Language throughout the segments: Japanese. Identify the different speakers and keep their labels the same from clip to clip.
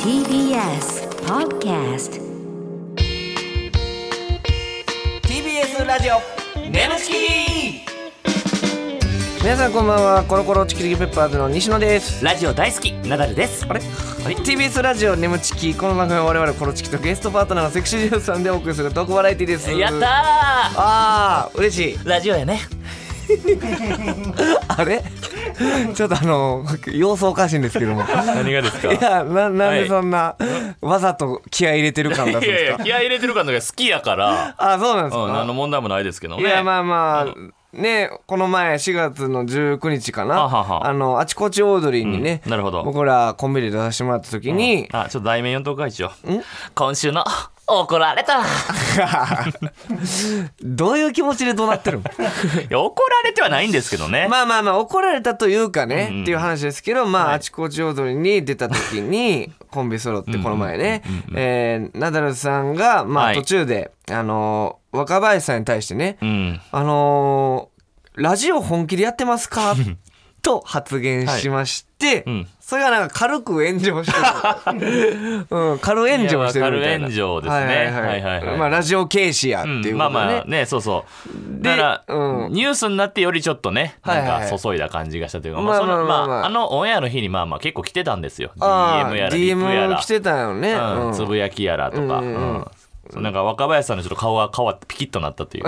Speaker 1: TBS Podcast
Speaker 2: TBS ラジオ
Speaker 3: ムチ
Speaker 4: 皆さんこんばんはコロコロチキチキペッパーズの西野です
Speaker 3: ラジオ大好きナダルです
Speaker 4: あれ TBS ラジオネムチキこの番組は我々コロチキとゲストパートナーのセクシージュースさんでお送りするトークバラエティです
Speaker 3: やった
Speaker 4: あー嬉しい
Speaker 3: ーラジオやね
Speaker 4: あれ ちょっとあの様子おかしいんですけどもい
Speaker 5: 何がですかい
Speaker 4: やななんでそんな、わざと気合い入れてる感出すん
Speaker 5: やい
Speaker 4: です
Speaker 5: や
Speaker 4: か
Speaker 5: 気合い入れてる感とか好きやから、
Speaker 4: あそうなんです
Speaker 5: うん、何の
Speaker 4: か、
Speaker 5: 問題もないですけどね
Speaker 4: いやまあま
Speaker 5: の
Speaker 4: あねこの前4月の19日かな
Speaker 5: あはは
Speaker 4: あのあちこちオードリーにね、
Speaker 5: うんなるほど
Speaker 4: 僕らコンビで出させてもらった時に、
Speaker 5: あちょっと題名読んとくか一応今週の怒られ たい
Speaker 4: どういう気持ちでどうなっ てるの
Speaker 5: や怒られてはないんですけどね、
Speaker 4: まあまあまあ怒られたというかね、
Speaker 5: うんうん
Speaker 4: っていう話ですけど、まあ、あちこち踊りに出た 時にコンビソロってこの前ね、えーナダルさんが、ま
Speaker 5: は
Speaker 4: あ、
Speaker 5: い
Speaker 4: 途中で、あのー若林さんに対してね、
Speaker 5: うん
Speaker 4: あのーラジオ本気でやってま すかと発言しまして、
Speaker 5: うん
Speaker 4: それがなんか軽く炎上 してる、うん、軽炎上してるみたいな。
Speaker 5: いや軽炎上ですね
Speaker 4: はいはい
Speaker 5: は
Speaker 4: はい
Speaker 5: はいはい
Speaker 4: い。まあラジオ軽視やっ
Speaker 5: う
Speaker 4: て
Speaker 5: ん
Speaker 4: いう
Speaker 5: ま
Speaker 4: こ
Speaker 5: あ
Speaker 4: とでね。
Speaker 5: まあねそうそうだから、
Speaker 4: うん
Speaker 5: ニュースになってよりちょっとね
Speaker 4: はいはい
Speaker 5: なんか注いだ感じがしたというか、
Speaker 4: まあ
Speaker 5: その
Speaker 4: まあまあまあ
Speaker 5: あのオンエアの日にまあまあ結構来てたんですよ
Speaker 4: あ
Speaker 5: DM
Speaker 4: ー
Speaker 5: やらリプや
Speaker 4: DM
Speaker 5: ら
Speaker 4: 来てたよね、
Speaker 5: うん
Speaker 4: うん
Speaker 5: つぶやきやらとか、
Speaker 4: う
Speaker 5: うんん
Speaker 4: うんうん
Speaker 5: なんか若林さんのちょっと顔が変わってピキッとなったという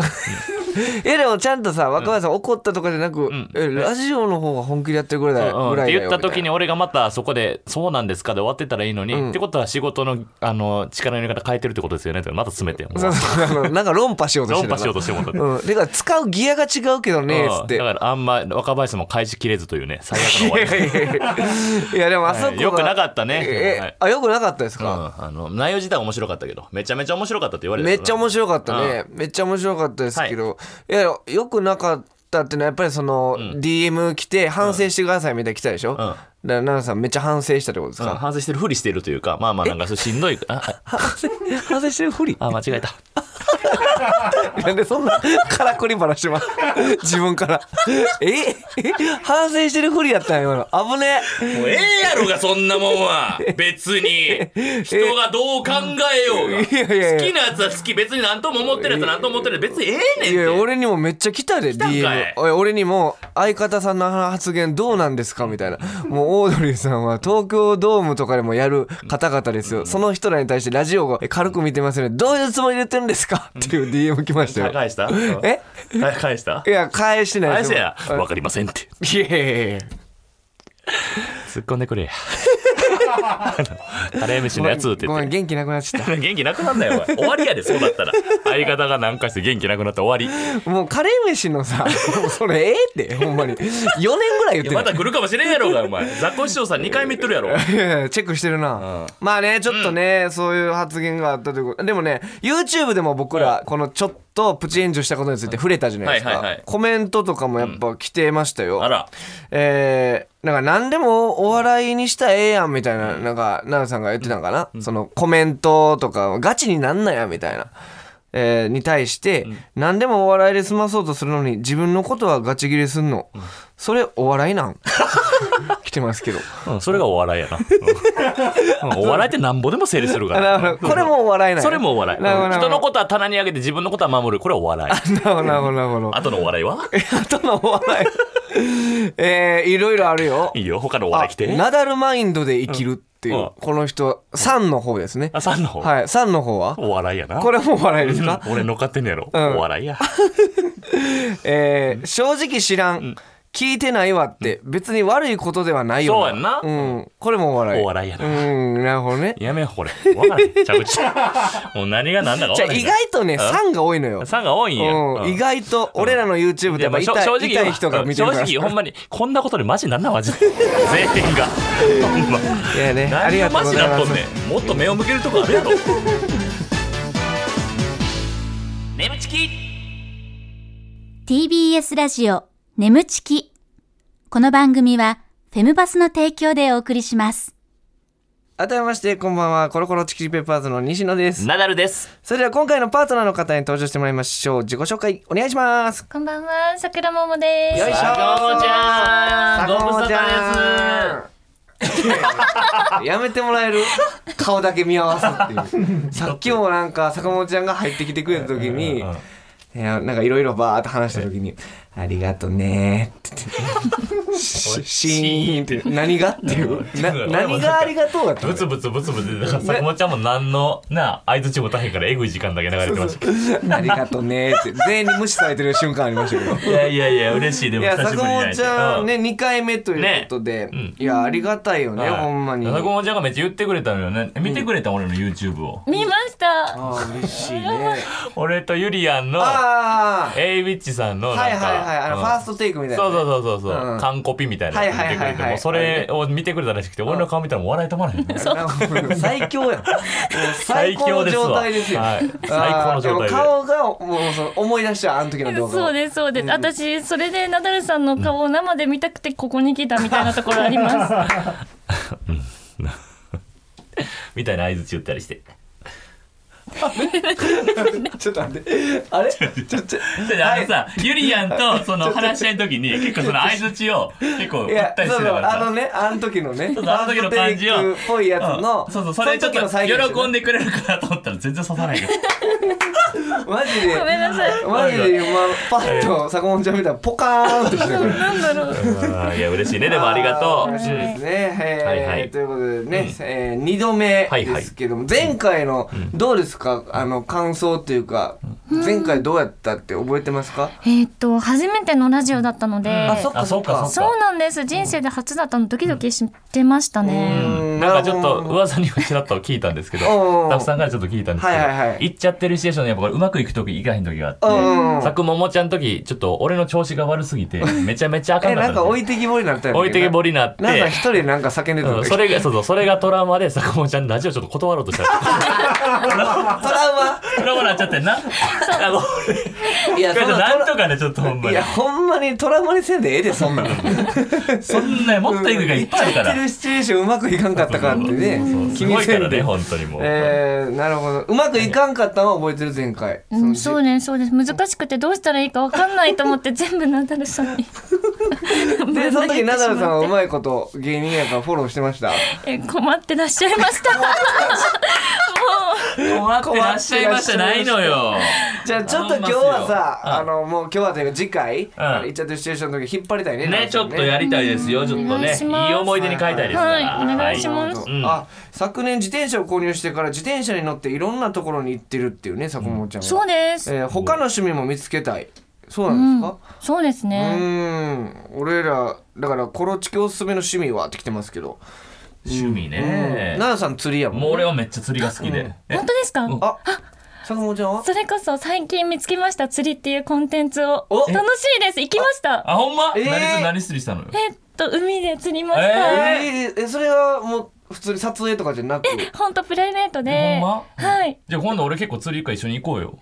Speaker 4: いやでもちゃんとさ若林さん怒ったとかじゃなく、
Speaker 5: ん
Speaker 4: えラジオの方が本気でやってるぐらいだ
Speaker 5: うんうんっ
Speaker 4: よぐら
Speaker 5: て
Speaker 4: いだ
Speaker 5: 言
Speaker 4: よ
Speaker 5: った時
Speaker 4: み
Speaker 5: に俺がまたそこで「そうなんですか」で終わってたらいいのに、ってことは仕事のあの力の入れ方変えてるってことですよねってまた詰めてもう
Speaker 4: たいなそうそうあのなんか論破しようとして
Speaker 5: 論破
Speaker 4: た
Speaker 5: しようとしてもうたって。
Speaker 4: うん、てか使うギアが違うけどね
Speaker 5: うん
Speaker 4: つって
Speaker 5: だからあんま若林も返しきれずというね最悪の終わり
Speaker 4: いやでもあそこが、
Speaker 5: はいよくなかったね
Speaker 4: え
Speaker 5: はい
Speaker 4: あよくなかったです
Speaker 5: うん
Speaker 4: か、
Speaker 5: あの内容自体は面白かったけどめちゃめちゃ面白かったって言われて
Speaker 4: めっちゃ面白かったね、めっちゃ面白かったですけど、い、やよくなかったってのはやっぱりその、DM 来て反省してくださいみたいな来たでしょ、だから奈々さんめっちゃ反省したってことです
Speaker 5: うん
Speaker 4: か、
Speaker 5: 反省してるふりしてるというかまあまあなんかそうしんどいああ
Speaker 4: 反省してるふ り
Speaker 5: あ間違えた
Speaker 4: なんでそんなからくり話してます 自分から。ええ反省してるふりやったん今の。危ね
Speaker 5: もうええやろがそんなもんは別に人がどう考えようが
Speaker 4: いやいやいや
Speaker 5: 好きなやつは好き別に何とも思ってるやつは何とも思ってる別にええねんっ
Speaker 4: え。い
Speaker 5: て
Speaker 4: や、俺にもめっちゃ来たで、
Speaker 5: たんかい
Speaker 4: DM。おい俺にも、相方さんの発言どうなんですかみたいな。もう、オードリーさんは東京ドームとかでもやる方々ですよ。その人らに対してラジオをえ軽く見てますよね。どういうつもりで言ってるんですかっていう DM 来ましたよ。
Speaker 5: 返した
Speaker 4: え
Speaker 5: 返した
Speaker 4: いや、返してない
Speaker 5: 返
Speaker 4: です
Speaker 5: せ
Speaker 4: よ。
Speaker 5: やわかりませんって
Speaker 4: いやいやいやいや。
Speaker 5: 突っ込んでくれ やあのカレー飯のやつって
Speaker 4: ご
Speaker 5: 言
Speaker 4: め
Speaker 5: っ
Speaker 4: ん、
Speaker 5: て
Speaker 4: 元気なくなっちゃっ
Speaker 5: 元気なくなんだよおい終わりやでそうだったら相方が何かして元気なくなったら終わり
Speaker 4: た。もう、カレー飯 のさ、もうそれええって、ほんまに。4年ぐらい言っ
Speaker 5: い
Speaker 4: て
Speaker 5: や
Speaker 4: る
Speaker 5: ま。た来るかもしれんやろうがお前ザコシショウさん2回目言っとるやろ
Speaker 4: いやい やチェックしてるな、まあねちょっとね、そういう発言があったということでもね YouTube でも僕らこのちょっとプチ炎上したことについて触れたじゃないですか、
Speaker 5: はいはいはい
Speaker 4: コメントとかもやっぱ来てましたよ、
Speaker 5: あら
Speaker 4: えー、なんか何でもお笑いにしたらええやんみたいななんか奈良さんが言ってたんかな、そのコメントとかガチになんなやみたいな。えーに対して、何でもお笑いで済まそうとするのに自分のことはガチギレすんの、それお笑いなん 来てますけど
Speaker 5: うんそれがお笑いやなうんお笑いってなんぼでも成立するから
Speaker 4: なるほど。これもお笑いなんや
Speaker 5: それもお笑い。
Speaker 4: なるほど。
Speaker 5: 人のことは棚に上げて自分のことは守る。これはお笑い。
Speaker 4: と。なるほど、なるほど、なるほど。
Speaker 5: あとのお笑いは
Speaker 4: あとのお笑い。 えー、いろいろあるよ
Speaker 5: い。いよ、他のお笑い来て。
Speaker 4: ナダルマインドで生きるっていう、
Speaker 5: うんうん
Speaker 4: この人、さんの方ですね。
Speaker 5: あ、さんの方。
Speaker 4: はい、さんの方は
Speaker 5: お笑いやな。
Speaker 4: これもお笑いですか
Speaker 5: 俺乗っかってんのやろ。
Speaker 4: ん
Speaker 5: お笑いや。
Speaker 4: えー、正直知らん。聞いてないわって、別に悪いことではないよ
Speaker 5: そうやんな
Speaker 4: うん。これもお笑い。
Speaker 5: お笑いやな
Speaker 4: うん、なるほどね。
Speaker 5: やめよう、これ。わからん。着地。もう何が何だか
Speaker 4: じゃ
Speaker 5: 分から
Speaker 4: あ
Speaker 5: ん
Speaker 4: 意外とね、
Speaker 5: ん
Speaker 4: さんが多いのよ。
Speaker 5: さんが多いんや。
Speaker 4: うん、意
Speaker 5: と。
Speaker 4: 外と、俺らの YouTube って
Speaker 5: い
Speaker 4: や
Speaker 5: やま
Speaker 4: っぱ
Speaker 5: あ、
Speaker 4: 痛
Speaker 5: 正
Speaker 4: い
Speaker 5: 直
Speaker 4: 痛い人が見てるから。
Speaker 5: 正直ほんまにこんなことでマジなんなんマジ で全員がほんま
Speaker 4: いやね、あ
Speaker 5: 何
Speaker 4: り
Speaker 5: が
Speaker 4: がとう
Speaker 5: マ
Speaker 4: ご
Speaker 5: ジ
Speaker 4: ざい
Speaker 5: なっ
Speaker 4: ま
Speaker 5: とん
Speaker 4: す
Speaker 5: ね。んもっと目を向けるとこある やろ
Speaker 3: 眠ちき
Speaker 6: TBS ラジオ眠ちきこの番組はフェムバスの提供でお送りします
Speaker 4: 改めまして、こんばんは、コロコロチキチキペッパーズの西野です。
Speaker 5: ナダルです
Speaker 4: それでは今回のパートナーの方に登場してもらいましょう。自己紹介お願いします。
Speaker 7: こんばんは、桜ももです。
Speaker 4: よいしょ
Speaker 5: 坂本ちゃん
Speaker 4: 坂
Speaker 5: ご無
Speaker 4: 本
Speaker 5: 沙
Speaker 4: ち
Speaker 5: 汰
Speaker 4: ゃ
Speaker 5: です
Speaker 4: んやめてもらえる顔だけ見合わすっていうさっきもなんか坂本ちゃんが入ってきてくれた時にいやなんかいろいろバーって話した時に「ありがとね」って言ってしシーンって何がっていうな何がありがとうだったの
Speaker 5: ブツブツブツブツで、坂本ちゃんも何の、なあ、合図値も大変からえぐい時間だけ流れてましたけど。
Speaker 4: ありがとねって全員に無視されてる瞬間ありましたけ
Speaker 5: い
Speaker 4: ど
Speaker 5: やいやいや、嬉しい。で
Speaker 4: い
Speaker 5: も
Speaker 4: や
Speaker 5: 久し
Speaker 4: 坂
Speaker 5: ぶりに会
Speaker 4: 本
Speaker 5: えて。
Speaker 4: ちゃん
Speaker 5: う
Speaker 4: ね2回目ということで、
Speaker 5: うん
Speaker 4: いやありがたいよ
Speaker 5: ん、
Speaker 4: ね、
Speaker 5: はい
Speaker 4: ほんまに
Speaker 5: 坂本ちゃんがめっちゃ言ってくれたのよね。見てくれた俺の YouTube を。
Speaker 7: 見ました
Speaker 4: ああ嬉しいね
Speaker 5: 俺とゆりやんの、
Speaker 4: ああ
Speaker 5: エイウィッチさんのなんか、
Speaker 4: はいはいはいあの、
Speaker 5: うん
Speaker 4: ファーストテイクみたいな
Speaker 5: そう
Speaker 4: ね、
Speaker 5: そうそうそうそう、
Speaker 4: うん
Speaker 5: 完コピみたいな
Speaker 4: はい
Speaker 5: の見
Speaker 4: はい
Speaker 5: てく
Speaker 4: はいはい
Speaker 5: れてもうそれを見てくれたらしくて俺の顔見たらもう笑い止まらへん
Speaker 4: 最強やんもう最高の状態ですよ
Speaker 5: はい最高の状態で
Speaker 4: あーでも顔がもうその思い出しちゃうあの時の動画を
Speaker 7: そうですそうです、私それでナダルさんの顔を生で見たくてここに来たみたいなところあ ります
Speaker 5: みたいな相槌打ったりして
Speaker 4: ちょっと待ってあれちょちょちょ
Speaker 5: であのさゆりやんとその話し合いの時に結構その相槌を結構
Speaker 4: い
Speaker 5: 打っ
Speaker 4: や
Speaker 5: たり
Speaker 4: そ
Speaker 5: し
Speaker 4: う
Speaker 5: て
Speaker 4: そ
Speaker 5: た
Speaker 4: う
Speaker 5: から
Speaker 4: あ
Speaker 5: さ
Speaker 4: のねあの時のね
Speaker 5: そうそうあの時の感じを
Speaker 4: ファーストテイクっぽいやつの、
Speaker 5: うんそうそうそれちょっ
Speaker 4: の時の再現です
Speaker 5: と
Speaker 4: よ
Speaker 5: 喜んでくれるかなと思ったら全然刺さないよ
Speaker 4: マジで
Speaker 7: ごめんなさい
Speaker 4: マジで、まあ、パッと坂本ちゃん見たらポカーンとしてたから。
Speaker 7: なんだろう
Speaker 5: あーいや嬉しいねでもありがとう
Speaker 4: 嬉しいですね。えー
Speaker 5: はいはい
Speaker 4: ということでね、えー、2度目
Speaker 5: はいはい
Speaker 4: ですけども、前回のどうですか、あの感想っていうか、前回どうやったって覚えてますか、
Speaker 7: えーっと初めてのラジオだったので、
Speaker 4: あそっか
Speaker 5: あ
Speaker 4: そ
Speaker 5: そ
Speaker 4: っ
Speaker 5: っ
Speaker 4: か
Speaker 5: か
Speaker 4: そ
Speaker 5: そっ
Speaker 7: そ
Speaker 5: か
Speaker 7: うなんです人生で初だったのドキドキしてましたね、
Speaker 4: うん
Speaker 5: なんかちょっと噂にはちらっと聞いたんですけどス
Speaker 4: うん
Speaker 5: タッフさんからちょっと聞いたんですけど、
Speaker 4: はいはいはい
Speaker 5: 行っちゃってるシチュエーションでやっぱこれうまくいく時以外の時があって、
Speaker 4: うん
Speaker 5: さくももちゃんの時ちょっと俺の調子が悪すぎてめちゃめちゃあかん
Speaker 4: え、
Speaker 5: かっ
Speaker 4: な
Speaker 5: たんです
Speaker 4: んか
Speaker 5: よ
Speaker 4: 置いてきぼりになったよね。
Speaker 5: 置いてけぼりになって
Speaker 4: なんか一人なんか叫んでた
Speaker 5: うん、それがそうそうそれがトラウマで坂本ちゃんラジオちょっと断ろうとした
Speaker 4: トラ
Speaker 5: トラウマになっちゃってんな あの
Speaker 4: ウマいや、そんな
Speaker 5: なんとかねちょっとほんま
Speaker 4: い
Speaker 5: に
Speaker 4: や、ほんまにトラウマにせんでええで、そんなの。
Speaker 5: そんなもっといくがいっぱいあるか
Speaker 4: 言っ
Speaker 5: ら
Speaker 4: てるシチュエーションうまくいかんかったかってね
Speaker 5: そう。
Speaker 4: 気
Speaker 5: す
Speaker 4: に
Speaker 5: ごい
Speaker 4: せ
Speaker 5: か
Speaker 4: ん
Speaker 5: らね
Speaker 4: で。
Speaker 5: 本当にもう、
Speaker 4: えー、なるほど。うまくいかんかったのは覚えてる前回。
Speaker 7: うん、
Speaker 4: そ
Speaker 7: そう
Speaker 4: の
Speaker 7: ねそうです難しくてどうしたらいいかわかんないと思って全部ナダル さんに
Speaker 4: で、その時、ナダルさんはう
Speaker 7: は
Speaker 4: まいこと芸人やからフォローしてました。
Speaker 7: 困ってらっしゃいまし たも
Speaker 5: 困ってらっしゃいましたないのよ
Speaker 4: じゃあちょっと今日はさ、あ
Speaker 5: あんますよ
Speaker 4: の、もう今日はというか次回、いっちゃってるシチュエーションの時引っ張りたいね。
Speaker 5: ねちょっとやりたいですよちょっと
Speaker 7: お願
Speaker 5: ね
Speaker 7: いします
Speaker 5: いい思い出に変えたいですから
Speaker 7: はいお願いします
Speaker 5: はいうん
Speaker 4: あ昨年自転車を購入してから自転車に乗っていろんなところに行ってるっていうね坂本ちゃん
Speaker 7: う
Speaker 4: は、
Speaker 7: そうです、
Speaker 4: えー他の趣味も見つけたいそうなんですか、
Speaker 7: そうです
Speaker 4: う
Speaker 7: ね
Speaker 4: ーん俺らだからコロチキおすすめの趣味はって来てますけど
Speaker 5: 趣味ね
Speaker 4: 奈々さん釣りやもん
Speaker 5: もう俺はめっちゃ釣りが好きで、え
Speaker 7: 本当ですか、
Speaker 5: ん
Speaker 4: あ坂本ちゃんは
Speaker 7: それこそ最近見つけました釣りっていうコンテンツを
Speaker 4: お
Speaker 7: 楽しいです行きました
Speaker 5: あほんま、
Speaker 4: えー
Speaker 5: 何釣り何釣りしたのよ
Speaker 7: えっと海で釣りました、
Speaker 4: えー、えそれはもう普通に撮影とかじゃなく
Speaker 7: ほんとプライベートで
Speaker 5: えほんま
Speaker 7: はい
Speaker 5: じゃあ今度俺結構釣り行くから一緒に行こうよ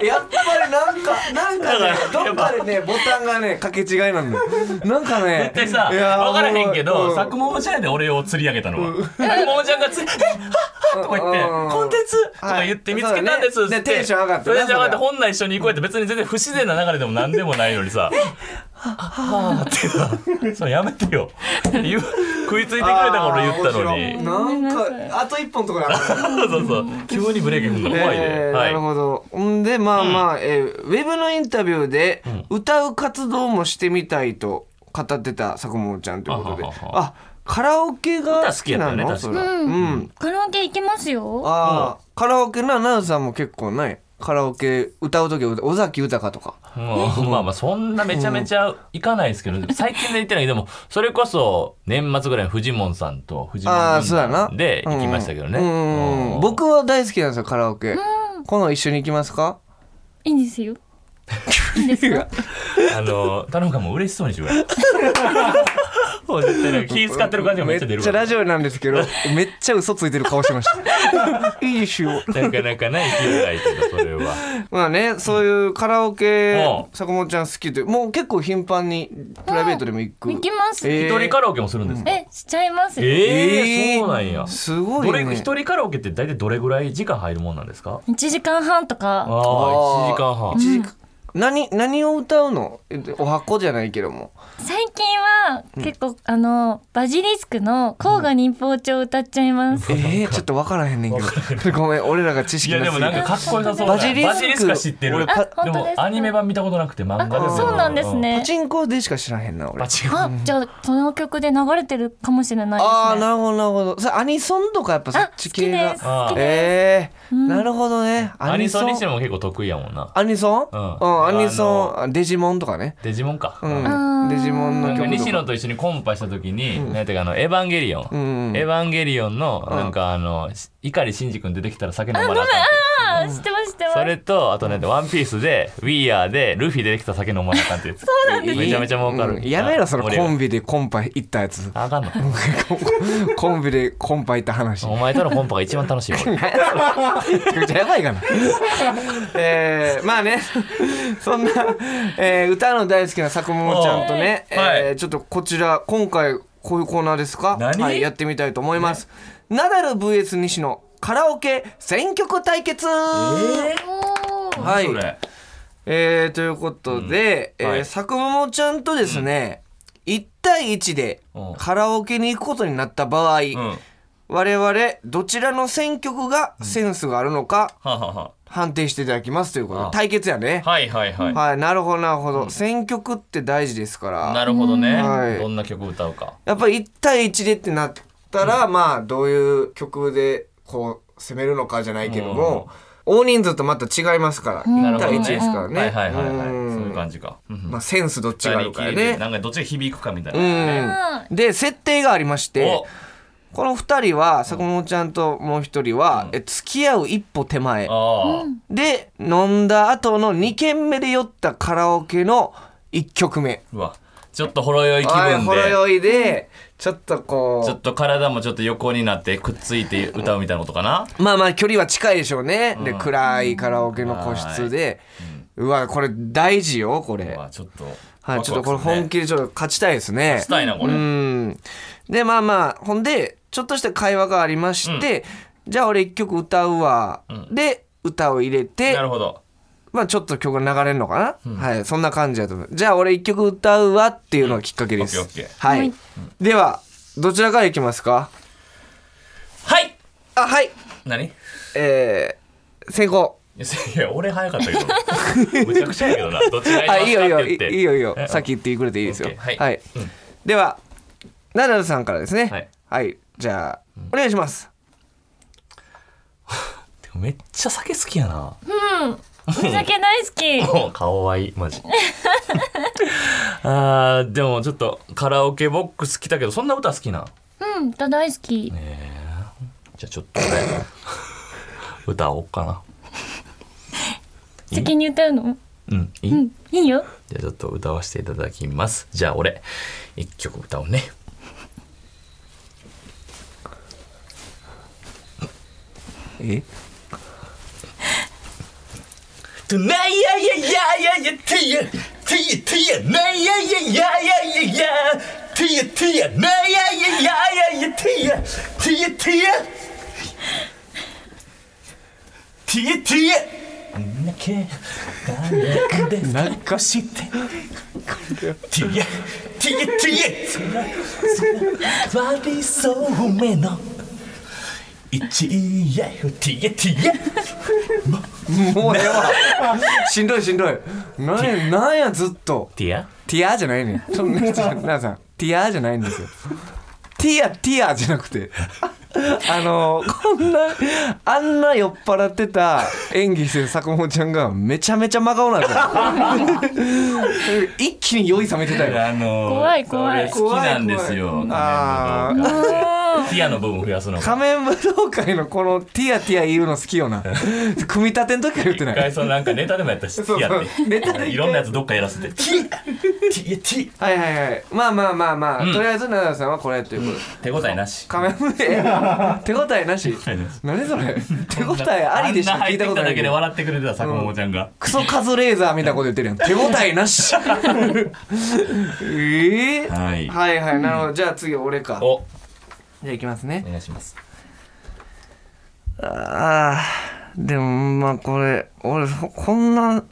Speaker 4: やっぱりなんかなんかねどっかでねボタンがね掛け違いなんだよなんかね
Speaker 5: 絶対さ
Speaker 4: いやー
Speaker 5: 分からへんけ
Speaker 4: う
Speaker 5: ど
Speaker 4: ん
Speaker 5: さくももちゃんやで俺を釣り上げたのはさくももちゃんが釣り「えっ!」とか言って
Speaker 4: う
Speaker 5: 「
Speaker 4: ん
Speaker 5: コンテンツ!」とか言って見つけたんです
Speaker 4: そう
Speaker 5: っ
Speaker 4: だね
Speaker 5: て
Speaker 4: でテンション上がったな
Speaker 5: テンション上がって
Speaker 4: それ
Speaker 5: 本来一緒に行こうやって別に全然不自然な流れでも何でもないのに さ「はあ」ってさそうやめてよ言う食いついてくれたから俺言ったのに
Speaker 4: あー面白いなんかあと一本とかある
Speaker 5: そうそうそう急にブレーキ踏むの 怖い
Speaker 4: え
Speaker 5: ね
Speaker 4: ー
Speaker 5: は
Speaker 4: ないるほどんでまあまあ、えーウェブのインタビューで歌う活動もしてみたいと語ってた佐久間ちゃんということで
Speaker 5: あ
Speaker 4: あ
Speaker 5: ははは
Speaker 4: カラオケが
Speaker 5: 歌
Speaker 4: 好
Speaker 5: 好
Speaker 4: き
Speaker 5: きやっ
Speaker 4: な
Speaker 5: たね
Speaker 4: の
Speaker 5: 確か
Speaker 4: それうん
Speaker 7: カラオケ行きますよ
Speaker 4: あーカラオケな奈さんも結構ないカラオケ歌う時は尾崎豊とか
Speaker 5: もうまあまあそんなめちゃめちゃ行かないですけど、 最近で行ってないけどでもそれこそ年末ぐらいのフジモンさんとフジモン
Speaker 4: ああそうやな
Speaker 5: で行きましたけどね、
Speaker 4: うんうん
Speaker 5: うん
Speaker 4: 僕は大好きなんですよカラオケ今度一緒に行きますか
Speaker 7: いいんですよいいんですか
Speaker 5: あの頼むからもう嬉しそうにして くれもう絶対ね気使ってる感じがめっちゃ出る
Speaker 4: めっちゃ
Speaker 5: から
Speaker 4: ラジオなんですけどめっちゃ嘘ついてる顔してました いいですよ
Speaker 5: なかなかね行きづらいけどそれは
Speaker 4: まあねそういうカラオケ
Speaker 5: うん
Speaker 4: 坂本ちゃん好きでもう結構頻繁にプライベートでも行く
Speaker 7: 行きます
Speaker 4: えー
Speaker 5: 一人カラオケもするんですか
Speaker 7: えしちゃいますよ
Speaker 5: ええそうなんや
Speaker 4: すご
Speaker 5: ど
Speaker 4: い
Speaker 5: れ
Speaker 4: ね
Speaker 5: 一人カラオケって大体どれぐらい時間入るもんなんですか
Speaker 7: 1時間半と
Speaker 5: あ
Speaker 7: か
Speaker 5: あ1時間半
Speaker 4: 一時間何何を歌うのえお箱じゃないけども
Speaker 7: 最近は結構、あのバジリスクの甲賀忍法帳を歌っちゃいます、
Speaker 4: え ー、ちょっと分からへんねんけどごめん俺らが知
Speaker 5: い
Speaker 4: 識
Speaker 5: や
Speaker 4: な
Speaker 5: ですも
Speaker 4: ぎ
Speaker 5: なんか
Speaker 4: て
Speaker 5: かっこよさそうだ
Speaker 4: バ
Speaker 5: ね
Speaker 4: ジリスク
Speaker 5: バジリスクは知ってる
Speaker 4: 俺パ
Speaker 7: あ
Speaker 5: で
Speaker 7: 本当です
Speaker 5: も
Speaker 7: か
Speaker 5: アニメ版見たことなくて漫画で
Speaker 7: あ
Speaker 5: す
Speaker 7: そうなんですね
Speaker 4: パチンコでしか知らへんな俺
Speaker 5: パチンコ
Speaker 7: あじゃあその曲で流れてるかもしれないですね
Speaker 4: ああーなるほどなるほどそれアニソンとかやっぱそっ
Speaker 7: あ好
Speaker 4: ち
Speaker 7: き
Speaker 4: 系が
Speaker 7: です好きです
Speaker 4: ええーなるほどね
Speaker 5: ア
Speaker 4: ア
Speaker 5: ニ
Speaker 4: ニ
Speaker 5: ソ
Speaker 4: ソ
Speaker 5: ン
Speaker 4: ン
Speaker 5: にしても結構得意やもんな
Speaker 4: アニソン、
Speaker 5: う
Speaker 4: うんんアニソンデジモンとかね、
Speaker 5: デジモンか、
Speaker 4: うん
Speaker 7: あー
Speaker 4: デジモンの
Speaker 5: なんか
Speaker 4: 曲と
Speaker 5: 西
Speaker 4: か
Speaker 5: 野と一緒にコンパした時に、なんていうかあの「エヴァンゲリオン」
Speaker 4: ん
Speaker 5: エヴァンゲリオン」のなんかあのし碇シンジ君出てきたら酒飲まなあかんって
Speaker 7: あー知ってます知ってます
Speaker 5: それとあとね「ワンピースで「ウィーアーでルフィ出てきたら酒飲まなあかんってやつそうなんですめちゃめちゃ儲かる、
Speaker 4: うんやめろそのコン
Speaker 5: ビ
Speaker 4: ビでコンパ行ったやつ
Speaker 5: あかんの
Speaker 4: コンビでコンパ行った話
Speaker 5: お前とのコンパが一番楽しいよ 俺
Speaker 4: めちゃくちゃやばいかなえー、まあねそんな、えー歌の大好きな佐久間ちゃんとね、え
Speaker 5: はい
Speaker 4: ーちょっとこちら今回こういうコーナーですか
Speaker 5: 何
Speaker 4: はい、やってみたいと思います、ナダル VS 西野カラオケ選曲対決、はい
Speaker 5: それ
Speaker 4: えーということで、
Speaker 5: んはい
Speaker 4: えー佐久間もちゃんとですね、1対1で
Speaker 5: うん
Speaker 4: カラオケに行くことになった場合、
Speaker 5: うんは
Speaker 4: 我々どちらの選曲がセンスがあるのか
Speaker 5: あはあは
Speaker 4: 判定していただきますということ
Speaker 5: あ
Speaker 4: で対決やね
Speaker 5: あはいはいはい、
Speaker 4: はいなるほどなるほど、選曲って大事ですから
Speaker 5: なるほどね、
Speaker 4: はい
Speaker 5: どんな曲歌うか
Speaker 4: やっぱり1対1でってなったら、まあどういう曲でこう攻めるのかじゃないけども、大人数とまた違いますから、
Speaker 5: なるほど
Speaker 4: 1対
Speaker 5: ね
Speaker 4: 1ですからね、
Speaker 5: はいはいはいはい
Speaker 4: うん
Speaker 5: そういう感じか、うん
Speaker 4: まあ、センスどっちがあ
Speaker 5: 二人
Speaker 4: る
Speaker 5: き
Speaker 4: かや
Speaker 5: りで
Speaker 4: ね
Speaker 5: なんかどっちが響くかみたいな、
Speaker 4: うん、で設定がありまして
Speaker 5: お
Speaker 4: この2人は坂本ちゃんともう1人は、え付き合う一歩手前
Speaker 5: ああ、
Speaker 4: で飲んだ後の2軒目で酔ったカラオケの1曲目
Speaker 5: うわちょっとほろ酔い気
Speaker 4: はい
Speaker 5: 分
Speaker 4: ほろ
Speaker 5: で
Speaker 4: 酔いでちょっとこ
Speaker 5: ちょっ
Speaker 4: う
Speaker 5: と体もちょっと横になってくっついて歌うみたいなことかな
Speaker 4: まあまあ距離は近いでしょうね、で暗いカラオケの個室で、うわこれ大事よこ
Speaker 5: う
Speaker 4: れ、
Speaker 5: わちょっと
Speaker 4: はい、ちょっとこれ
Speaker 5: ワクワクするね
Speaker 4: 本気でちょっと勝ちたいですね
Speaker 5: したいなこれ、
Speaker 4: うんでまあまあほんでちょっとした会話がありまして、じゃあ俺1曲歌うわ、で歌を入れて
Speaker 5: なるほど
Speaker 4: まあちょっと曲が流れるのかな、はいそんな感じだと思うじゃあ俺一曲歌うわっていうのがきっかけです、
Speaker 5: うんオッケーオッケ
Speaker 4: はい、ではどちらからいきますか
Speaker 5: はい
Speaker 4: あはい
Speaker 5: 何い
Speaker 4: えー、先行
Speaker 5: やいや俺早かった けどむちゃくちゃやけどなどっちが
Speaker 4: あ
Speaker 5: や
Speaker 4: いい
Speaker 5: りま
Speaker 4: よい
Speaker 5: す
Speaker 4: い
Speaker 5: かって言っ
Speaker 4: よい
Speaker 5: て
Speaker 4: いよいいよ
Speaker 5: え
Speaker 4: さっき言ってくれていいですよ
Speaker 5: オッケーはいうん
Speaker 4: ではナダルさんからですね
Speaker 5: はい
Speaker 4: はい、じゃあお願いします
Speaker 5: でもめっちゃ酒好きやな
Speaker 7: お酒大好き
Speaker 5: もう顔はいいマジ あーでもちょっとカラオケボックス来たけどそんな歌好きなん
Speaker 7: うん歌大好き、
Speaker 5: じゃあちょっとね歌おうかな
Speaker 7: 先に歌うの
Speaker 5: うんいい、
Speaker 7: うんいいよ
Speaker 5: じゃあちょっと歌わせていただきますじゃあ俺一曲歌おうね
Speaker 4: え
Speaker 5: 「トゥナイヤヤヤヤヤティヤティヤティヤナイヤヤヤヤヤヤティヤティヤナイヤヤヤヤヤティヤティヤティヤティヤティヤ」泣け誰で泣かしてティヤティヤティヤ割りそうめの一夜よティヤティヤ
Speaker 4: もうではしんどい しんどいなんやなんやずっと
Speaker 5: ティヤ
Speaker 4: ティアじゃないねん。そんなちょっと奈々さん、ティアじゃないんですよ。ティア、ティアじゃなくて。あのこんなあんな酔っ払ってた演技してる坂本ちゃんがめちゃめちゃ真顔なんですよ一気に酔い冷めてたよ
Speaker 5: あのー
Speaker 7: 怖い怖い
Speaker 5: それ好きなんですよ。
Speaker 4: あー
Speaker 5: ティアの部分増やすのが。
Speaker 4: 仮面舞踏会のこのティアティア言うの好きよな組み立ての時は言って
Speaker 5: 一
Speaker 4: ない
Speaker 5: 回そのなんかネタでもやったし、テ
Speaker 4: そう
Speaker 5: ィアって。
Speaker 4: ネタ
Speaker 5: いろんなやつどっかやらせて。ティアティアティ
Speaker 4: はいはいはいまあまあまあまあ、とりあえず奈々さんはこれということで
Speaker 5: ア手応えなし。
Speaker 4: 仮面舞手応えなし
Speaker 5: えなし
Speaker 4: 何それ手応えありでしか
Speaker 5: あんな
Speaker 4: 聞
Speaker 5: 入
Speaker 4: い
Speaker 5: ってき
Speaker 4: たこ
Speaker 5: た
Speaker 4: とな
Speaker 5: だ
Speaker 4: い
Speaker 5: け
Speaker 4: け
Speaker 5: で
Speaker 4: ど
Speaker 5: 笑ってくれてた、坂本ちゃんが。
Speaker 4: クソカズレーザーみたいなこと言って るやん手応えなしええ
Speaker 5: はい
Speaker 4: はいはいなるほどじゃあ次俺か
Speaker 5: お、お
Speaker 4: じゃあいきますね
Speaker 5: 願いします。
Speaker 4: ああでもまあこれ俺こんな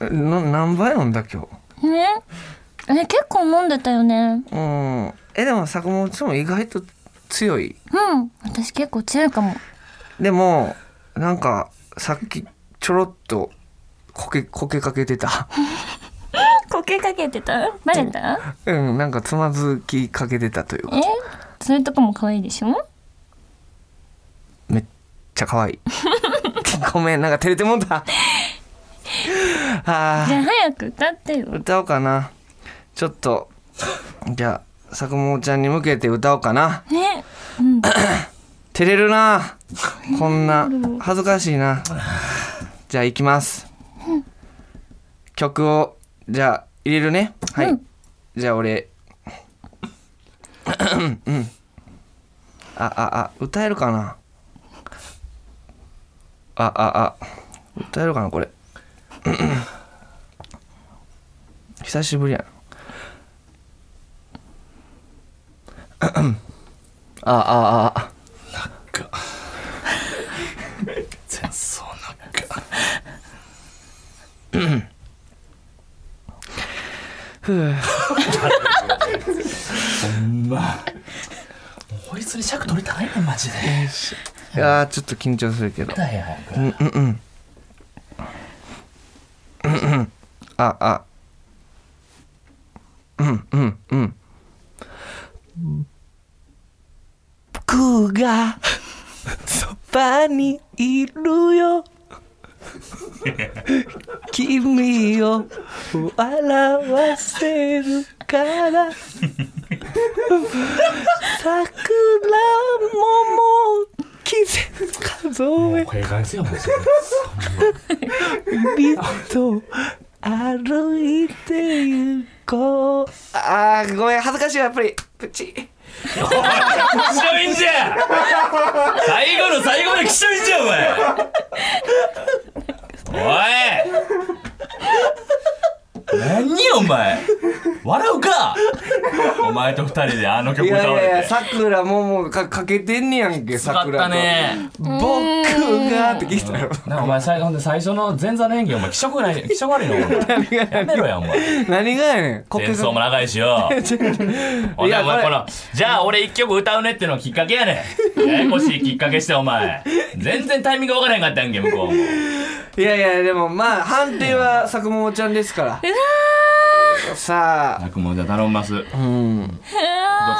Speaker 4: えな何杯飲んだ今日
Speaker 7: ええ結構飲んでたよね
Speaker 4: うんえでも坂本ちゃんも意外と強い
Speaker 7: うん私結構強いかも
Speaker 4: でもなんかさっきちょろっとこけこけかけてた
Speaker 7: こけかけてたバレた
Speaker 4: うんなんかつまずきかけてたという
Speaker 7: え
Speaker 4: か
Speaker 7: そういうとこも可愛いでしょ
Speaker 4: めっちゃ可愛い ごめんなんか照れてもんだあ
Speaker 7: じ
Speaker 4: ー
Speaker 7: ゃあ早く歌ってよ
Speaker 4: 歌おうかなちょっとじゃあ坂本ちゃんに向けて歌おうかな
Speaker 7: ね
Speaker 4: 照れるなこんな恥ずかしいなじゃあ行きます曲をじゃあ入れるねはい、じゃあ俺 うんあああ歌えるかなあああ歌えるかなこれ 久しぶりやな ああああ
Speaker 5: 全そうなんかふうほんま法律に尺取れたないねんマジで
Speaker 4: いやーちょっと緊張するけど。
Speaker 5: だよ
Speaker 4: あ、あ。うん、うん、うん。僕がそばにいるよ。君を笑わせるから。桜もも季節数え
Speaker 5: これ返せよもう
Speaker 4: ビッと歩いて行こう。あー、ごめん、恥ずかしいわやっぱり。プチ。
Speaker 5: きしょいんじゃん最後の最後まできしょいんじゃんお前おい何お前笑うかお前と二人であの曲
Speaker 4: いや
Speaker 5: 歌わ
Speaker 4: い
Speaker 5: れて
Speaker 4: やいや、さくらももかかけてんねやんけ、
Speaker 5: よ
Speaker 4: さ
Speaker 5: か
Speaker 4: く
Speaker 5: っ
Speaker 4: らと。
Speaker 5: たね
Speaker 4: 僕がって聞いたよ。
Speaker 5: なんかお前最ほんで最初の前座の演技お前気色ない気色悪いのお前やめろ やお前
Speaker 4: 何がやねん。こ
Speaker 5: 演奏も長いしよほん
Speaker 4: い
Speaker 5: でお
Speaker 4: や
Speaker 5: 前
Speaker 4: こ
Speaker 5: こ
Speaker 4: れ
Speaker 5: のじゃあ俺一曲歌うねってのがきっかけやねんややこしいきっかけしてお前全然タイミング分からへんかったやんけ向こうも
Speaker 4: いやいや、でもまあ、判定はさくももちゃんですから。さあ、
Speaker 5: 泣くもんじゃ頼みますうんどっ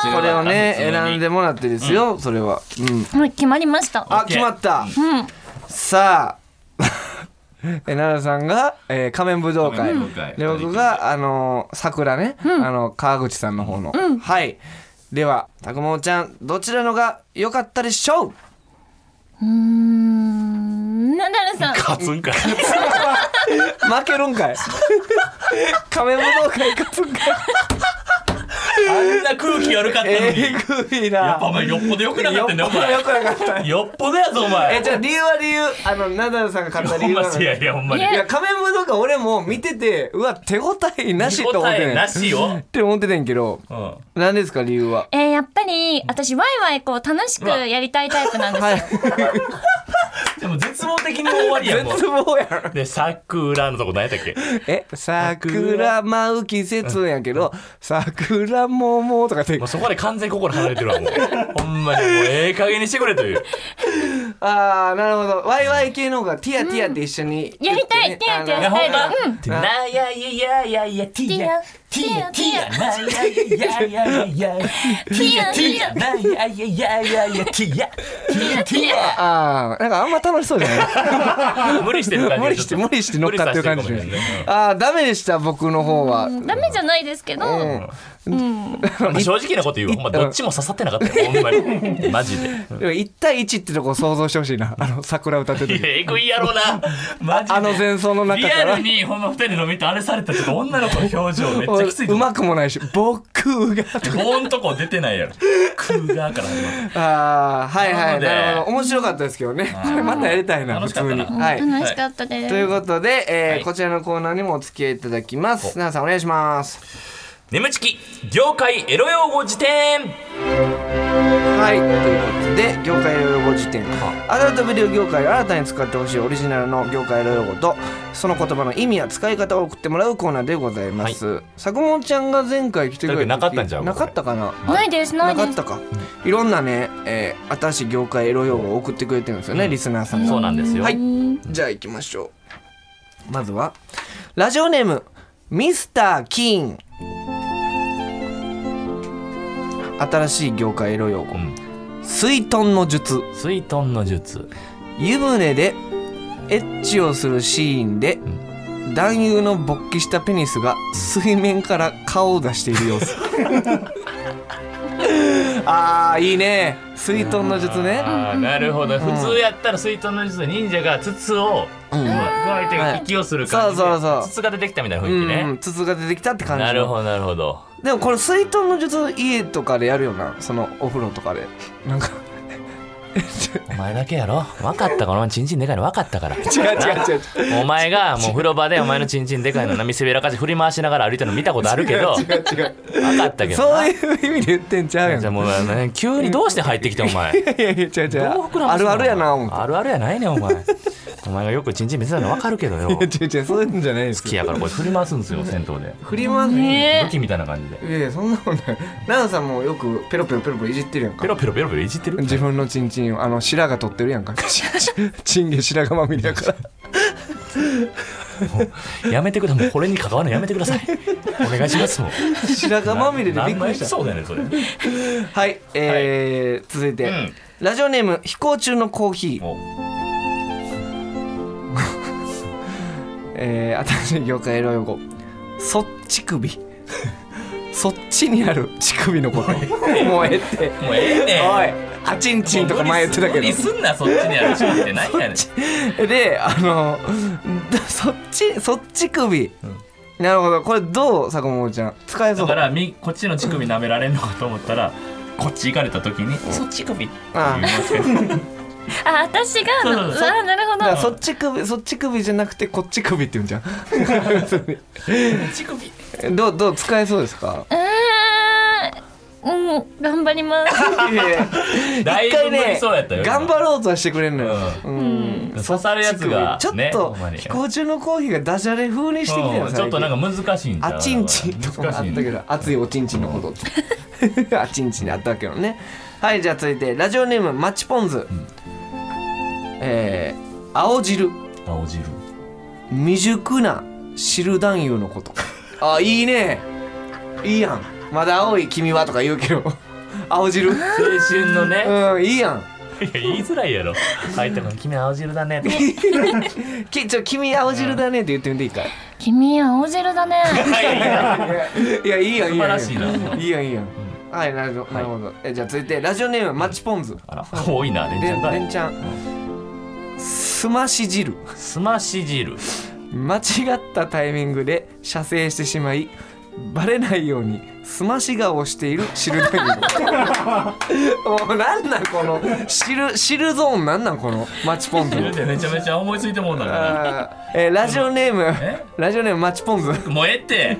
Speaker 5: ちが
Speaker 4: これをね、
Speaker 5: 勝つの
Speaker 4: 選んでもらってですよ、それは。うん。
Speaker 7: はい決まりました
Speaker 4: あ、
Speaker 5: OK
Speaker 4: 決まった。さあ、 え奈良さんが、えー仮面武道会。
Speaker 5: 仮面舞踏会
Speaker 4: で、僕が、あのー桜ね、あの、川口さんの方の。はい。では、たくもちゃん、どちらのが良かったでしょう
Speaker 7: うーんナダルさん
Speaker 5: 勝つんかい
Speaker 4: 負けるんかい 仮面武道会勝つ んかい
Speaker 5: あんな空気悪かったのに
Speaker 4: え
Speaker 5: やっ
Speaker 4: ぐいな。
Speaker 5: ぱお前よっぽどよくなかったんだよお
Speaker 4: よっぽど良くなかった
Speaker 5: 前よっぽどやぞお前
Speaker 4: え、じゃあ理由は理由。あの、ナダルさんが勝った
Speaker 5: ほ
Speaker 4: 理
Speaker 5: ん
Speaker 4: 由は
Speaker 5: まいやいやほんま
Speaker 4: い
Speaker 5: に
Speaker 4: や、仮面舞道会俺も見てて、うわ、手応えなしと思って
Speaker 5: 答え
Speaker 4: ね。
Speaker 5: な
Speaker 4: っ
Speaker 5: しよ
Speaker 4: て思っててんけど、
Speaker 5: うん
Speaker 4: 何ですか理由は。
Speaker 7: えー、やっぱり私ワイワイこう楽しくやりたいタイプなんですよ、
Speaker 5: でも絶望的に終わりやもう
Speaker 4: 絶望やん。
Speaker 5: で、桜のとこ何やったっけ
Speaker 4: え、桜舞う季節やけど、桜桃とかって
Speaker 5: もう、そこで完全に心離れてるわ、もう。ほんまに、もうええ加減にしてくれという。
Speaker 4: あー、なるほど。ワイワイ系の方がティアティアって一緒に、
Speaker 7: やりたい
Speaker 4: ね
Speaker 7: ティアティア
Speaker 5: いや、ほんま。
Speaker 3: なやいやいやいやいやティ
Speaker 7: ティアティアティア
Speaker 5: なやいやいやいやいや
Speaker 7: ティアティア
Speaker 5: なやいやいやいやいやティア
Speaker 4: あー、なんかあんま楽しそうじゃない
Speaker 5: 無理してる感じ
Speaker 4: 無理して無理して乗っかってる感じ
Speaker 5: 無理させてるかもしれんね
Speaker 4: ああダメでした僕の方は
Speaker 7: ダメじゃないですけど、
Speaker 5: うんまあ正直なこと言うわほんまどっちも刺さってなかったよほんまにマジで
Speaker 4: でも1対1ってとこ想像してほしいなあの桜歌って
Speaker 5: い
Speaker 4: る
Speaker 5: や
Speaker 4: 時
Speaker 5: えぐいやろうなマジで
Speaker 4: あの前奏の中
Speaker 5: リ
Speaker 4: か
Speaker 5: ア
Speaker 4: ら
Speaker 5: ルにほんま二人の見てあれされたちょっと女の子の表情めっちゃきついと
Speaker 4: う
Speaker 5: 思う
Speaker 4: まくもないし僕が
Speaker 5: 棒んとこ出てないやろ空がから始まる
Speaker 4: ああはいは
Speaker 5: なるほど
Speaker 4: い
Speaker 5: ね
Speaker 4: なるほど面白かったですけどねこれまたやりたいな普
Speaker 5: 楽し
Speaker 4: 通
Speaker 5: かった
Speaker 4: に
Speaker 5: な
Speaker 4: はい
Speaker 7: 楽しかったです、
Speaker 4: ということで、えー
Speaker 5: はい
Speaker 4: こちらのコーナーにもお付き合いいただきます奈々さんお願いします
Speaker 5: 眠ちき業界エロ用語辞典
Speaker 4: はい、ということで業界用語辞典アダルトビデオ業界が新たに使ってほしいオリジナルの業界用語とその言葉の意味や使い方を送ってもらうコーナーでございます作文、ちゃんが前回来てく
Speaker 8: だ
Speaker 4: れた
Speaker 8: けなかったん
Speaker 4: じ
Speaker 8: ち
Speaker 4: ゃ
Speaker 8: ゃう
Speaker 4: なかったかな
Speaker 9: ないですな
Speaker 4: ないか
Speaker 9: で
Speaker 4: っ
Speaker 9: す
Speaker 4: たかいろんなね、えー、新しい業界エロ用語を送ってくれてるんですよね、リスナーさんが
Speaker 5: そうなんですよ。
Speaker 4: はいじゃあ行きましょうまずはラジオネームミスター・キーン新しい業界エロ用語、
Speaker 5: ん
Speaker 4: 水遁の術
Speaker 5: 水遁の術。
Speaker 4: 湯船でエッチをするシーンで、男優の勃起したペニスが水面から顔を出している様 子あーいいね水遁の術ね
Speaker 5: ああ、なるほど。普通やったら水遁の術で忍者が筒を、こう相手が息をする感じで、
Speaker 4: はいそうそうそう
Speaker 5: 筒が出てきたみたいな
Speaker 4: う
Speaker 5: 雰囲気
Speaker 4: んうん
Speaker 5: ね。
Speaker 4: 筒が出てきたって感じの
Speaker 5: なるほど、なるほど。
Speaker 4: でもこれ水遁の術家とかでやるよなそのお風呂とかでなんか
Speaker 5: お前だけやろ。分かったから、お前、チンチンでかいの分かったから。
Speaker 4: 違う違 う違う
Speaker 5: お前がもう風呂場でお前のチンチンでかいのな 見せびらかし振り回しながら歩いてるの見た ことあるけど分かったけど
Speaker 4: そう
Speaker 5: な
Speaker 4: いう意味で言ってんちゃうやん
Speaker 5: じゃあもうあの急にどうして入ってきてお前
Speaker 4: いやいや違う違う
Speaker 5: どう膨ら
Speaker 4: あ
Speaker 5: ますの
Speaker 4: るあるやな思っ
Speaker 5: あるあるやないねんお前お前がよくチンチン見せたの分かるけどよ好
Speaker 4: て違う違う そういうんじゃないです
Speaker 5: き
Speaker 4: よ
Speaker 5: やからこれ振り回すんですよ銭湯で
Speaker 4: 振り回すい
Speaker 9: ね
Speaker 5: 武器みたいな感じで
Speaker 4: やいやそんなもんない奈良さんもよくペロペロペロペロいじってるやんか
Speaker 5: ペロペロペロペロいじってる
Speaker 4: 自分のチンチンをあの白が取ってるやん かチンゲ白髪まみれやから
Speaker 5: やめてくださいもうこれに関わるのやめてく ださいお願いしますもん
Speaker 4: 白髪まみれでびっ
Speaker 5: 何
Speaker 4: く
Speaker 5: の
Speaker 4: り
Speaker 5: エ
Speaker 4: し
Speaker 5: ピ
Speaker 4: た
Speaker 5: ソードやねんそれ
Speaker 4: はい、えー続いて、
Speaker 5: ん
Speaker 4: ラジオネーム飛行中のコーヒー、
Speaker 5: お
Speaker 4: えー、新しい業界エロ用語そっち首 そっちにある乳首のこともうええって
Speaker 5: もうええ ねん
Speaker 4: おいあちんちんとか前言ってたけ
Speaker 5: 無理
Speaker 4: ど
Speaker 5: すんなそっちにある人って何やねん
Speaker 4: であのそっちそっち首、なるほどこれどう坂本ちゃん使えそ
Speaker 5: だ
Speaker 4: う
Speaker 5: からみこっちの乳首舐められんのかと思ったらこっち行かれた時に「そっち首」って言いますけど
Speaker 9: あ私が
Speaker 5: そう
Speaker 9: な
Speaker 5: そう
Speaker 9: う
Speaker 5: そう
Speaker 9: わなるほ
Speaker 4: だから
Speaker 9: ど
Speaker 4: そっち首そっち首じゃなくてこっち首って言うんじゃん
Speaker 5: 乳首
Speaker 4: どうどう使えそうですか
Speaker 9: うーんもう頑張ります
Speaker 5: だいぶ無理そうやったよ今
Speaker 4: 頑張ろうとはしてくれんのよ、うん
Speaker 5: 刺さるやつが
Speaker 4: ちょっ
Speaker 5: ね
Speaker 4: と
Speaker 5: ほんまに
Speaker 4: 飛行中のコーヒーがダジャレ風にしてきて
Speaker 5: う
Speaker 4: る
Speaker 5: んちょっとなんか難しいんちゃう
Speaker 4: あちんちんとかもあ
Speaker 5: 難
Speaker 4: っ
Speaker 5: しい
Speaker 4: た
Speaker 5: ん
Speaker 4: けど熱いおちんちんのことって あちんちんにあったけどねはいじゃあ続いてラジオネームマッチポンズ、えー青汁
Speaker 5: 青汁
Speaker 4: 未熟な汁男優 のことあいいねいいやんまだ青い君はとか言うけど青汁
Speaker 5: 青春のね
Speaker 4: うんいいやん
Speaker 5: いや言いづらいや ろ入ったの君青汁だね」とかい
Speaker 4: きちょ君青汁だねって言ってみていいかい
Speaker 9: 君青汁だね
Speaker 5: やいや
Speaker 4: いやいいやんいいやん
Speaker 5: 素晴らしいない
Speaker 4: いやんいいやんはいなるほどなるほどえじゃあ続いてラジオネームマッチポンズ
Speaker 5: あら多いなレンち
Speaker 4: れ
Speaker 5: ゃん
Speaker 4: ん
Speaker 5: だ
Speaker 4: れ
Speaker 5: い
Speaker 4: んちゃんすまし汁
Speaker 5: すまし汁
Speaker 4: 間違ったタイミングで射精してしまいバレないようにすまし顔をしている汁 男優もうなんなんこの汁汁ゾーンなんなんこのマッチ ポンズ
Speaker 5: 汁ってめちゃめちゃ思いついてもんだから
Speaker 4: あーえーラジオネーム
Speaker 5: え
Speaker 4: ラジオネームマッチポンズ
Speaker 5: もうええって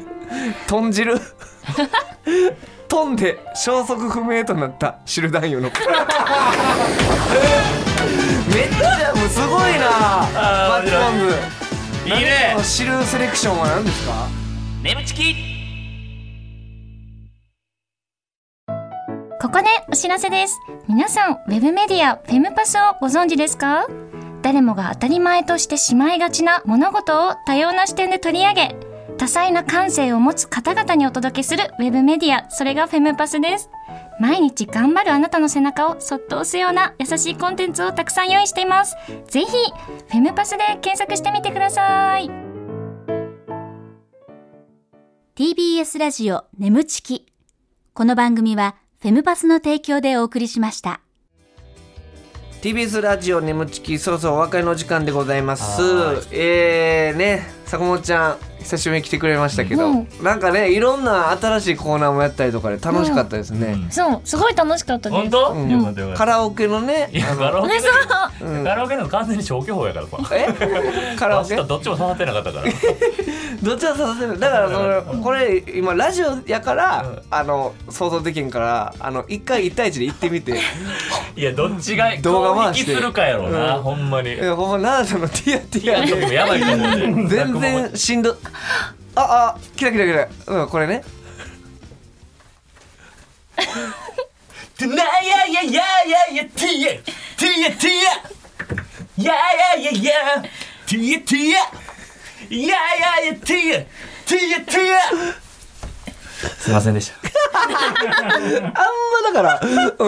Speaker 4: 豚汁飛んで消息不明となった汁男優のめっちゃもうすごいなマ
Speaker 5: あー
Speaker 4: ッチポンズ
Speaker 5: いいね
Speaker 4: この汁セレクションは何ですか
Speaker 5: ねむちき
Speaker 7: ここでお知らせです。皆さん、ウェブメディア、フェムパスをご存知ですか誰もが当たり前としてしまいがちな物事を多様な視点で取り上げ、多彩な感性を持つ方々にお届けするウェブメディア、それがフェムパスです。毎日頑張るあなたの背中をそっと押すような優しいコンテンツをたくさん用意しています。ぜひ、フェムパスで検索してみてください。TBS ラジオ眠ちきこの番組はフェムパスの提供でお送りしました。
Speaker 4: TBS ラジオ眠ちきそろそろお別れの時間でございます
Speaker 5: は
Speaker 4: えー、ね坂本ちゃん久しぶりに来てくれましたけど、
Speaker 7: うん
Speaker 4: なんかねいろんな新しいコーナーもやったりとかで楽しかったですね、
Speaker 7: そうすごい楽しかったです
Speaker 5: 本当、
Speaker 4: うん
Speaker 5: よかったよか
Speaker 4: カ
Speaker 5: っ
Speaker 4: ラオケのね
Speaker 5: たいやカラオケ
Speaker 7: ねそう
Speaker 5: カラオケの完全に消去法やからさ
Speaker 4: えカラオ
Speaker 5: 明
Speaker 4: ケ
Speaker 5: 日どっちも刺さってなかったから
Speaker 4: どっちが刺させるだからそのこれ今ラジオやから、あの想像できんからあの一回一対一で行って みて
Speaker 5: いやどっちが
Speaker 4: 動画回し
Speaker 5: 攻
Speaker 4: て
Speaker 5: 撃するかやろうな、
Speaker 4: うん
Speaker 5: ほんまに
Speaker 4: いやほんま奈々さんのティアティア
Speaker 5: で
Speaker 4: で
Speaker 5: もやばいと思うで
Speaker 4: 全然しんどああキラキラキラうんこれね
Speaker 10: Tonight, yeah, yeah, yeah, yeah, yeah, tia, tia, tia. Yeah, yeah, yeah, yeah, tia, tia. Yeah, yeah, yeah, tia, tia, tia.
Speaker 5: すいませんでした
Speaker 4: あんまだからうんでも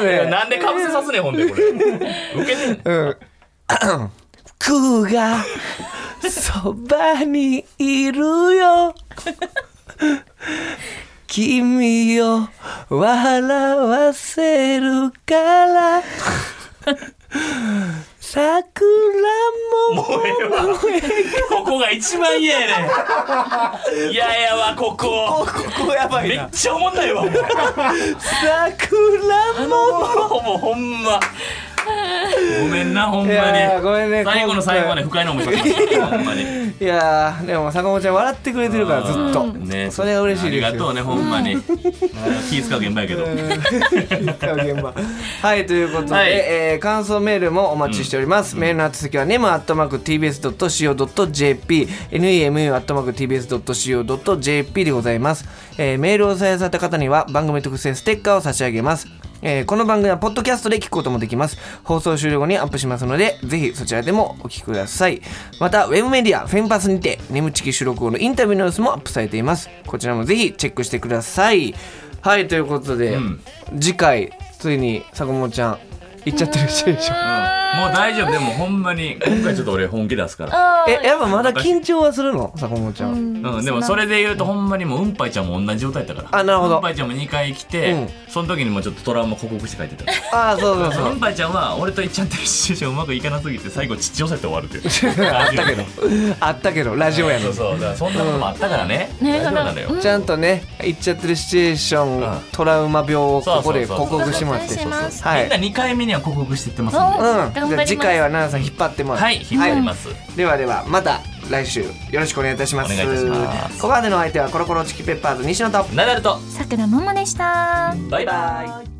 Speaker 4: ね
Speaker 5: なんでかぶせさすねんほんでこれ受けてん
Speaker 4: うん。クがそばにいるよ。君を笑わせるから。桜も
Speaker 5: もうええわここが一番嫌やねん嫌やわここ
Speaker 4: ここやば
Speaker 5: めっちゃおもんないわもう
Speaker 4: 桜も
Speaker 5: もうほんまごめんなほんま
Speaker 4: い
Speaker 5: に
Speaker 4: やーごめんね
Speaker 5: 最後の最後まで
Speaker 4: 今
Speaker 5: 不快な思いしましたほんまに
Speaker 4: 回いやーでも坂本ちゃん笑ってくれてるからずっと、
Speaker 5: ね
Speaker 4: それは嬉しいですよ
Speaker 5: ありがとうねほんまに気使う現場やけど
Speaker 4: はいということで、
Speaker 5: はい
Speaker 4: えー感想メールもお待ちしております、メールの宛先は nemu.tbs.co.jp nemu.tbs.co.jp でございます、えーメールを採用された方には番組特製ステッカーを差し上げますえーこの番組はポッドキャストで聞くこともできます。放送終了後にアップしますので、ぜひそちらでもお聞きください。また、ウェブメディア、フェンパスにて、ネムチキ収録後のインタビューの様子もアップされています。こちらもぜひチェックしてください。はい、ということで、次回、ついに坂本ちゃん、行っちゃってるしでしょ。
Speaker 5: もう大丈夫でもほんまに今回ちょっと俺本気出すから
Speaker 4: え、やっぱまだ緊張はするの坂本ちゃん。
Speaker 5: うん、でもそれで言うとほんまにもううんぱいちゃんも同じ状態だったから
Speaker 4: あなるほど
Speaker 5: うんぱいちゃんも2回来て、
Speaker 4: うん
Speaker 5: その時にもちょっとトラウマ克服して帰ってた
Speaker 4: ああ、そうそうそう
Speaker 5: う。んぱいちゃんは俺といっちゃってるシチュエーションうまくいかなすぎて最後父寄せて終わるっていうあったけど
Speaker 4: あったけど、ラジオやの
Speaker 5: そうそ
Speaker 4: に。
Speaker 5: うだからそんなこともあったからね、
Speaker 7: ね
Speaker 5: 大丈夫なのよ、
Speaker 4: ちゃんとね、行っちゃってるシチュエーション、
Speaker 5: うん
Speaker 4: トラウマ病をここで
Speaker 5: そうそうそう
Speaker 4: 克服しまして。
Speaker 7: 克服します
Speaker 4: はい
Speaker 5: みんな。2回目には克服してってますんで
Speaker 7: そう
Speaker 4: うん、じ
Speaker 7: 頑張り
Speaker 4: ゃ
Speaker 7: ま
Speaker 4: あ
Speaker 7: す
Speaker 4: 次回は奈々さん引っ張ってもらって
Speaker 5: はい引っ張ります、
Speaker 4: ではではまた来週よろしくお願いいたします
Speaker 5: お願いいたします
Speaker 4: ここまでのお相手はコロコロチキペッパーズ西野と
Speaker 5: ナダルと
Speaker 11: さくらももでした
Speaker 5: バイバイ